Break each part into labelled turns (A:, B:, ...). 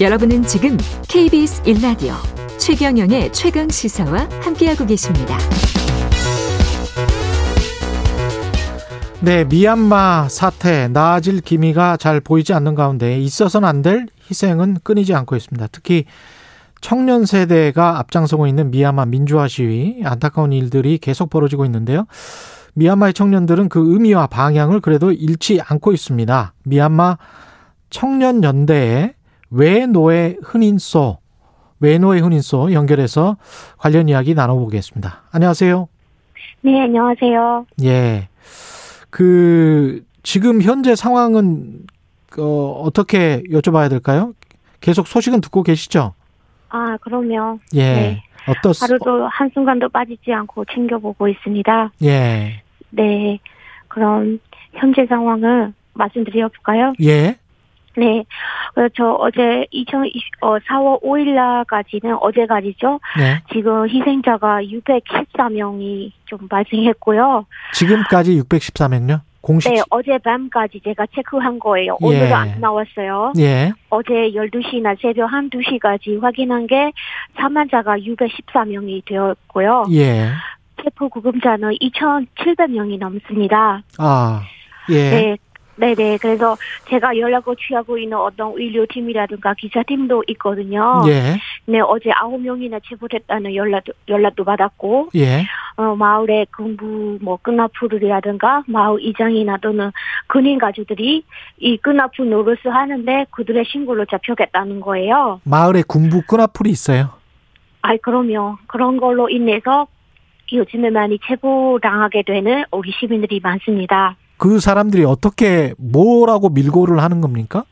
A: 여러분은 지금 KBS 1라디오 최경영의 최강 시사와 함께하고 계십니다.
B: 네, 미얀마 사태 나아질 기미가 잘 보이지 않는 가운데 있어서는 안 될 희생은 끊이지 않고 있습니다. 특히 청년 세대가 앞장서고 있는 미얀마 민주화 시위 안타까운 일들이 계속 벌어지고 있는데요. 미얀마의 청년들은 그 의미와 방향을 그래도 잃지 않고 있습니다. 미얀마 청년 연대의 외노의 흔인소 외노의 흔인소 연결해서 관련 이야기 나눠보겠습니다. 안녕하세요.
C: 네, 안녕하세요.
B: 예. 그 지금 현재 상황은 어, 어떻게 여쭤봐야 될까요? 계속 소식은 듣고 계시죠?
C: 아, 그럼요.
B: 예.
C: 네.
B: 어떻
C: 하루도 한순간도 빠지지 않고 챙겨보고 있습니다.
B: 예.
C: 네. 그럼 현재 상황을 말씀드려볼까요?
B: 예.
C: 네. 그렇죠. 어제 2020, 어, 4월 5일날까지는 어제까지죠.
B: 네.
C: 지금 희생자가 614명이 좀 발생했고요.
B: 지금까지 613명요? 공식
C: 네, 어젯밤까지 제가 체크한 거예요. 오늘은
B: 예.
C: 안 나왔어요.
B: 예.
C: 어제 12시나 새벽 1, 2시까지 확인한 게 사망자가 614명이 되었고요.
B: 예.
C: 체포 구금자는 2,700명이 넘습니다.
B: 아. 예.
C: 네. 네네. 그래서 제가 연락을 취하고 있는 어떤 의료팀이라든가 기사팀도 있거든요.
B: 예.
C: 네, 어제 9명이나 체포됐다는 연락도, 연락도 받았고,
B: 예.
C: 어, 마을의 근부, 뭐, 끈아풀이라든가, 마을 이장이나 또는 근인 가족들이 이 끈아풀 노릇을 하는데 그들의 신고로 잡혀겠다는 거예요.
B: 마을에 군부 끈앞풀이 있어요.
C: 아이, 그럼요. 그런 걸로 인해서 요즘에 많이 체포당하게 되는 우리 시민들이 많습니다.
B: 그 사람들이 어떻게 뭐라고 밀고를 하는 겁니까?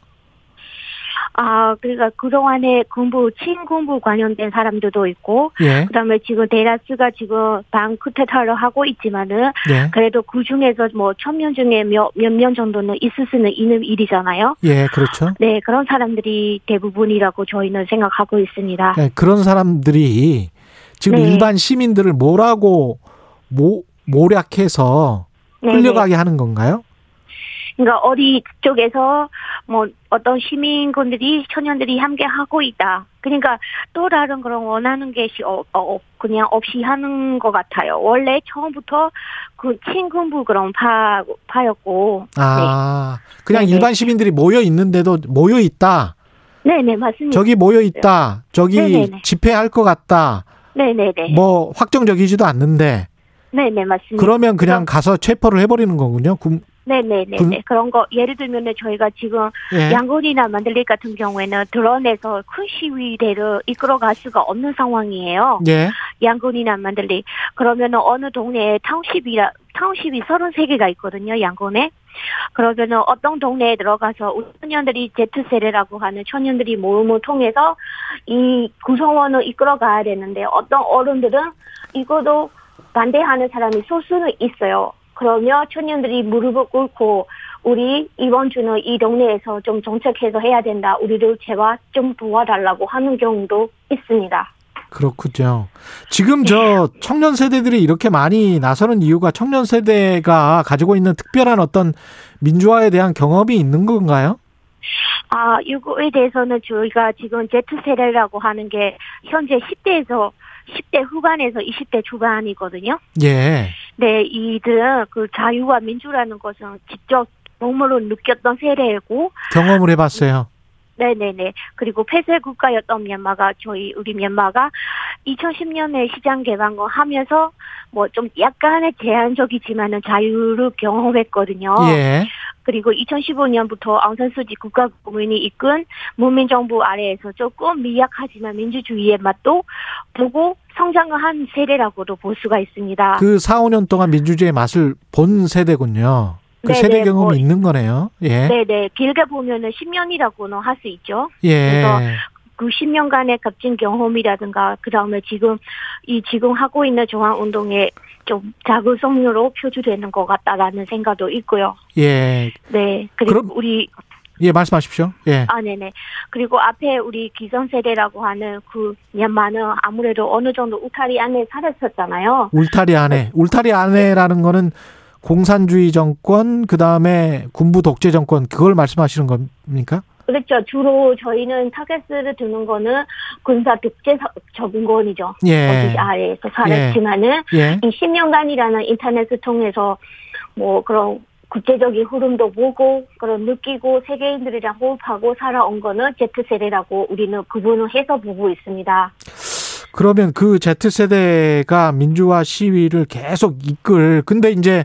C: 아, 그러니까 그동안에 군부, 친군부 관련된 사람들도 있고,
B: 예.
C: 그 다음에 지금 데라스가 지금 방 쿠데타를 하고 있지만은,
B: 예.
C: 그래도 그 중에서 뭐, 천 명 중에 몇, 몇 명 정도는 있을 수는 있는 일이잖아요.
B: 예, 그렇죠.
C: 네, 그런 사람들이 대부분이라고 저희는 생각하고 있습니다.
B: 네, 그런 사람들이 지금
C: 아. 네.
B: 일반 시민들을 뭐라고 모, 모략해서
C: 네,
B: 끌려가게 하는 건가요?
C: 그러니까 어디 쪽에서 뭐 어떤 시민군들이 청년들이 함께 하고 있다. 그러니까 또 다른 그런 원하는 것이 어, 어, 없- 그냥 없이 하는 것 같아요. 원래 처음부터 그 친군부 그런 파 파였고,
B: 아, 그냥
C: 네네.
B: 일반 시민들이 모여 있는데도 모여 있다.
C: 네네 맞습니다.
B: 저기 모여 있다. 저기
C: 네네네.
B: 집회할 것 같다.
C: 네네네,
B: 뭐 확정적이지도 않는데
C: 네네 맞습니다.
B: 그러면 그냥 가서 체포를 해버리는 거군요. 군,
C: 네네네
B: 군-
C: 그런 거 예를 들면은 저희가 지금
B: 예.
C: 양곤이나 만들리 같은 경우에는 드론에서 큰 시위대를 이끌어갈 수가 없는 상황이에요.
B: 예.
C: 양곤이나 만들리 그러면은 어느 동네에 타운십이라 타운십이 33개가 있거든요 양곤에 그러면은 어떤 동네에 들어가서 우리 청년들이 Z 세대라고 하는 청년들이 모임을 통해서 이 구성원을 이끌어가야 되는데 어떤 어른들은 이거도 반대하는 사람이 소수는 있어요. 그러며 청년들이 무릎을 꿇고 우리 이번 주는 이 동네에서 좀 정책해서 해야 된다. 우리를 제발 좀 도와달라고 하는 경우도 있습니다.
B: 그렇군요. 지금 저 청년 세대들이 이렇게 많이 나서는 이유가 청년 세대가 가지고 있는 특별한 어떤 민주화에 대한 경험이 있는 건가요?
C: 아, 이거에 대해서는 저희가 지금 Z세대라고 하는 게 현재 10대에서 10대 후반에서 20대 초반이거든요.
B: 예.
C: 네, 이들은 그 자유와 민주라는 것은 직접 몸으로 느꼈던 세대이고,
B: 경험을 해봤어요.
C: 네네네. 그리고 폐쇄 국가였던 미얀마가 저희 우리 미얀마가 2010년에 시장 개방을 하면서 뭐 좀 약간의 제한적이지만은 자유를 경험했거든요.
B: 예.
C: 그리고 2015년부터 앙산수지 국가고문이 이끈 문민정부 아래에서 조금 미약하지만 민주주의의 맛도 보고 성장을 한 세대라고도 볼 수가 있습니다.
B: 그 4, 5년 동안 민주주의의 맛을 본 세대군요. 그
C: 네네,
B: 세대 경험이
C: 뭐,
B: 있는 거네요. 예.
C: 네네 길게 보면은 10년이라고는 할 수 있죠. 그래서
B: 예.
C: 그 10년간의 값진 경험이라든가 그 다음에 지금 이 지금 하고 있는 정한 운동에 좀 작은 성료로 표출되는 것 같다라는 생각도 있고요.
B: 예.
C: 네 그리고
B: 그럼-
C: 우리
B: 예, 말씀하십시오. 예.
C: 아, 네네. 그리고 앞에 우리 기성세대라고 하는 그 미얀마는 아무래도 어느 정도 울타리 안에 살았었잖아요.
B: 울타리 안에. 울타리 안에라는 거는 공산주의 정권, 그 다음에 군부 독재 정권, 그걸 말씀하시는 겁니까?
C: 그렇죠. 주로 저희는 타겟을 두는 거는 군사 독재 서- 적응권이죠.
B: 예.
C: 거기 아래에서 살았지만은
B: 예.
C: 이 10년간이라는 인터넷을 통해서 뭐 그런 국제적인 흐름도 보고 그런 느끼고 세계인들이랑 호흡하고 살아온 거는 Z세대라고 우리는 구분을 해서 보고 있습니다.
B: 그러면 그 Z세대가 민주화 시위를 계속 이끌, 근데 이제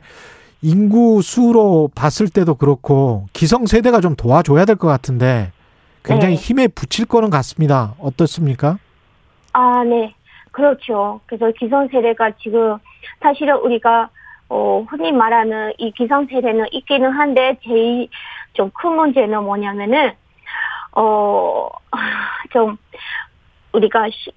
B: 인구 수로 봤을 때도 그렇고, 기성세대가 좀 도와줘야 될 것 같은데, 굉장히
C: 네.
B: 힘에 붙일 거는 같습니다. 어떻습니까?
C: 아, 네. 그렇죠. 그래서 기성세대가 지금 사실은 우리가 어, 흔히 말하는 이 기성세대는 있기는 한데 제일 좀 큰 문제는 뭐냐면은 어, 좀 우리가 시-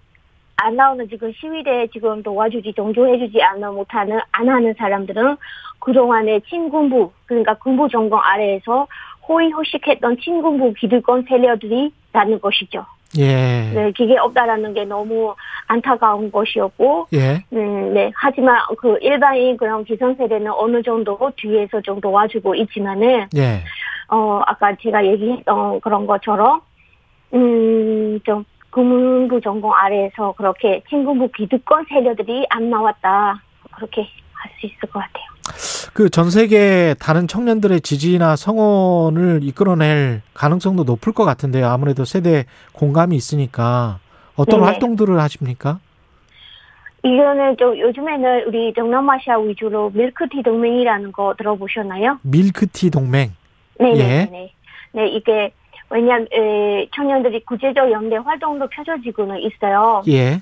C: 안 나오는 지금 시위대에 지금 도와주지 동조해주지 않아 못하는 안 하는 사람들은 그동안의 친군부 그러니까 군부 정권 아래에서 호의호식했던 친군부 기득권 세력들이라는 것이죠.
B: 예.
C: 네, 기계 없다라는 게 너무 안타까운 것이었고,
B: 예.
C: 음, 네. 하지만 그 일반인 그런 기성세대는 어느 정도 뒤에서 좀 도와주고 있지만은,
B: 예.
C: 어, 아까 제가 얘기했던 그런 것처럼, 음, 좀, 금융부 전공 아래에서 그렇게 친군부 기득권 세력들이 안 나왔다. 그렇게 할 수 있을 것 같아요.
B: 그 전 세계 다른 청년들의 지지나 성원을 이끌어낼 가능성도 높을 것 같은데요. 아무래도 세대 공감이 있으니까 어떤
C: 네네.
B: 활동들을 하십니까?
C: 이거는 좀 요즘에는 우리 동남아시아 위주로 밀크티 동맹이라는 거 들어보셨나요?
B: 밀크티 동맹.
C: 네네. 네 네, 이게 왜냐면 청년들이 구체적 연대 활동도 펼쳐지고는 있어요.
B: 예.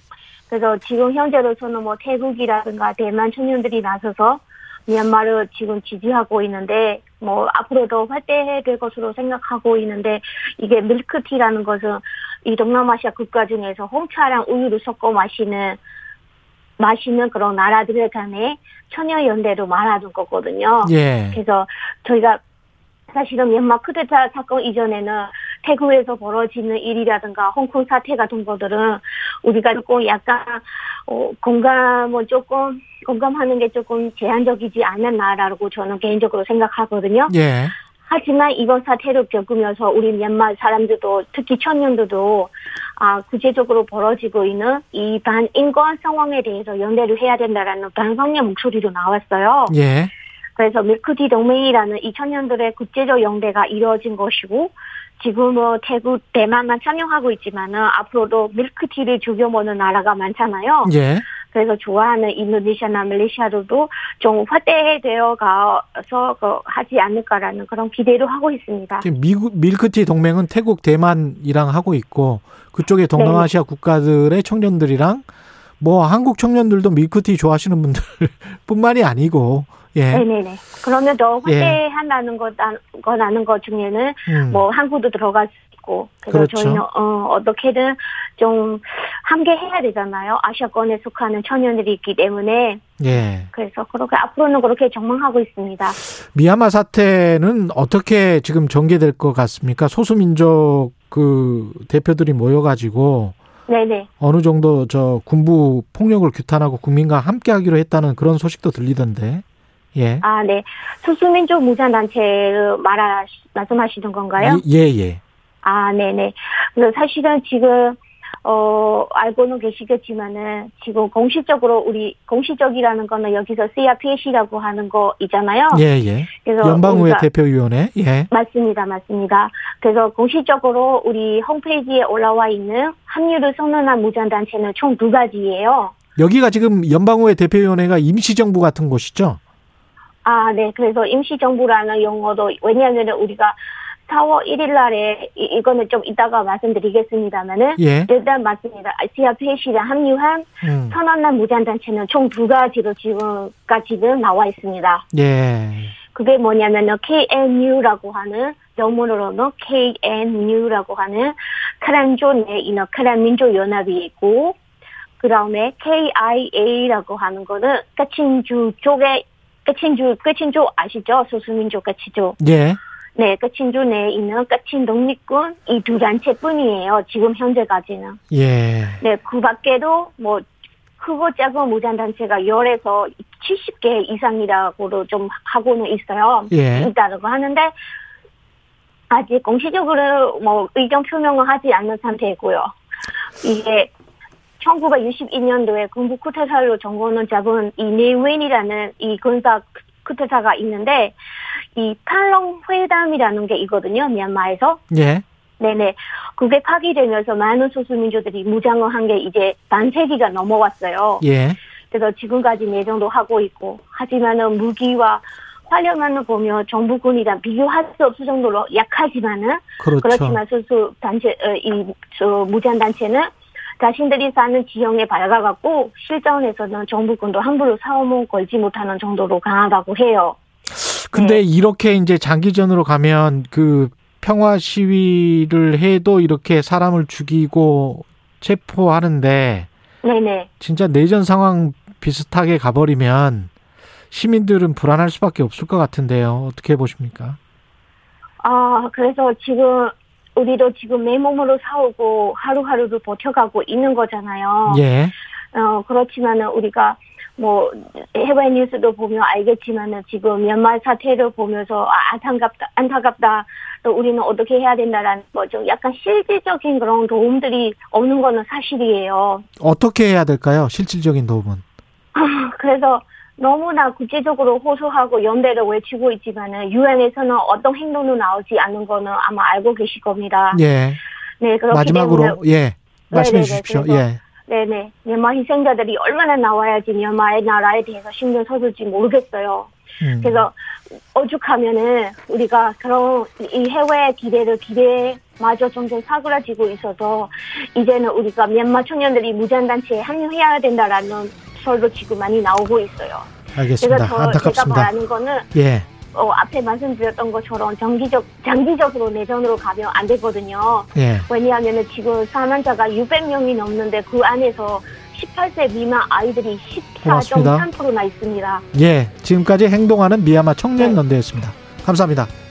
C: 그래서 지금 현재로서는 뭐 태국이라든가 대만 청년들이 나서서 미얀마를 지금 지지하고 있는데 뭐 앞으로도 활대될 것으로 생각하고 있는데 이게 밀크티라는 것은 이 동남아시아 국가 중에서 홍차랑 우유를 섞어 마시는 마시는 그런 나라들 간의 청년 연대로 말하는 거거든요.
B: 예.
C: 그래서 저희가 사실은 미얀마 쿠데타 사건 이전에는 태국에서 벌어지는 일이라든가 홍콩 사태 같은 것들은 우리가 조금 약간 어, 공감을 조금 공감하는 게 조금 제한적이지 않은 나라라고 저는 개인적으로 생각하거든요.
B: 예.
C: 하지만 이번 사태를 겪으면서 우리 미얀마 사람들도 특히 청년들도 아, 구체적으로 벌어지고 있는 이 반인권 상황에 대해서 연대를 해야 된다라는 반성의 목소리도 나왔어요.
B: 예.
C: 그래서 밀크티 동맹이라는 2000년들의 국제적 연대가 이루어진 것이고 지금은 태국, 대만만 참여하고 있지만은 앞으로도 밀크티를 즐겨 먹는 나라가 많잖아요.
B: 예.
C: 그래서 좋아하는 인도네시아나 말레이시아로도 좀 확대되어 가서 그 하지 않을까라는 그런 기대를 하고 있습니다.
B: 지금 미국 밀크티 동맹은 태국, 대만이랑 하고 있고
C: 네.
B: 그쪽에 동남아시아 국가들의 청년들이랑 뭐 한국 청년들도 밀크티 좋아하시는 분들뿐만이 아니고 예.
C: 네네네. 그러면 더
B: 예.
C: 확대한다는 것, 아- 건 아는 것 중에는
B: 음.
C: 뭐 한국도 들어갈 수 있고 그래서
B: 그렇죠.
C: 저희는 어, 어떻게든 좀 함께해야 되잖아요. 아시아권에 속하는 청년들이 있기 때문에
B: 예.
C: 그래서 그렇게 앞으로는 그렇게 전망하고 있습니다.
B: 미얀마 사태는 어떻게 지금 전개될 것 같습니까? 소수민족 그 대표들이 모여가지고
C: 네네.
B: 어느 정도 저 군부 폭력을 규탄하고 국민과 함께하기로 했다는 그런 소식도 들리던데. 예.
C: 아 네. 소수민족 무장단체를 말하 말씀하시는 건가요?
B: 예, 예.
C: 아, 네네. 근데 사실은 지금, 어, 알고는 계시겠지만은, 지금 공식적으로 우리, 공식적이라는 거는 여기서 CRPC라고 하는 거 있잖아요.
B: 예, 예.
C: 그래서
B: 연방의회
C: 우리가-
B: 대표위원회. 예.
C: 맞습니다, 맞습니다. 그래서 공식적으로 우리 홈페이지에 올라와 있는 합류를 선언한 무장단체는 총 두 가지예요.
B: 여기가 지금 연방의회 대표위원회가 임시정부 같은 곳이죠?
C: 아, 네. 그래서 임시정부라는 용어도, 왜냐하면 우리가 4월 1일 날에, 이, 이거는 좀 이따가 말씀드리겠습니다만은,
B: 예.
C: 일단 맞습니다. 아시아 페이시랑 합류한
B: 음.
C: 선언한 무장단체는 총 두 가지로 지금까지는 나와 있습니다.
B: 예.
C: 그게 뭐냐면은 KNU라고 하는 영문으로는 KNU라고 하는 크란조 내인어 크란민족 연합이 있고 그 다음에 KIA라고 하는 거는 까친주 쪽에 까친주 까친조 아시죠 소수민족 까친조
B: 예.
C: 네 까친조 내에 있는 까친 독립군 이 두 단체뿐이에요 지금 현재까지는
B: 예.
C: 네, 그 밖에도 뭐 크고 작은 무장단체가 10에서 70개 이상이라고도 좀 하고는 있어요.
B: 예.
C: 있다고 하는데 아직 공식적으로 뭐 의견 표명을 하지 않는 상태이고요. 이게 1962년도에 군부 쿠데타로 정권을 잡은 이내웬이라는 이 군사 쿠데타가 있는데 이 탈렁 회담이라는 게 있거든요. 미얀마에서
B: 예.
C: 네네. 그게 파기되면서 많은 소수민족들이 무장을 한 게 이제 반세기가 넘어왔어요.
B: 예.
C: 그래서 지금까지 내정도 하고 있고, 하지만은 무기와 활력만을 보면 정부군이랑 비교할 수 없을 정도로 약하지만은,
B: 그렇죠.
C: 그렇지만 소수 단체, 어, 이, 저, 무장단체는 자신들이 사는 지형에 밝아갖고, 실전에서는 정부군도 함부로 싸움을 걸지 못하는 정도로 강하다고 해요.
B: 근데 이렇게 이제 장기전으로 가면 그 평화 시위를 해도 이렇게 사람을 죽이고 체포하는데
C: 네네.
B: 진짜 내전 상황 비슷하게 가버리면 시민들은 불안할 수밖에 없을 것 같은데요. 어떻게 보십니까?
C: 아, 그래서 지금, 우리도 지금 내 몸으로 싸우고 하루하루를 버텨가고 있는 거잖아요.
B: 예.
C: 어, 그렇지만은 우리가 뭐 해외 뉴스도 보면 알겠지만은 지금 미얀마 사태를 보면서 아, 안타깝다, 안타깝다. 또 우리는 어떻게 해야 된다라는 뭐좀 약간 실질적인 그런 도움들이 없는 거는 사실이에요.
B: 어떻게 해야 될까요? 실질적인 도움은.
C: 그래서 너무나 구체적으로 호소하고 연대를 외치고 있지만은 유엔에서는 어떤 행동도 나오지 않는 거는 아마 알고 계실 겁니다.
B: 예.
C: 네, 그렇기 때문에
B: 마지막으로 예. 말씀해
C: 네네네,
B: 주십시오.
C: 그래서
B: 예.
C: 네네. 미얀마 희생자들이 얼마나 나와야지 미얀마의 나라에 대해서 신경 써줄지 모르겠어요.
B: 음.
C: 그래서 오죽하면은 우리가 그런 이 해외 기대를 기대에 마저 점점 사그라지고 있어서 이제는 우리가 미얀마 청년들이 무장단체에 합류해야 된다라는 설도 지금 많이 나오고 있어요.
B: 알겠습니다.
C: 그래서 저 제가
B: 안타깝습니다.
C: 말하는 거는
B: 예.
C: 어, 앞에 말씀드렸던 것처럼 정기적 장기적으로 내전으로 가면 안 되거든요.
B: 예.
C: 왜냐하면 지금 사망자가 600명이 넘는데 그 안에서 18세 미만 아이들이
B: 고맙습니다.
C: 14.3%나 있습니다.
B: 예. 지금까지 행동하는 미야마 청년
C: 네.
B: 연대였습니다. 감사합니다.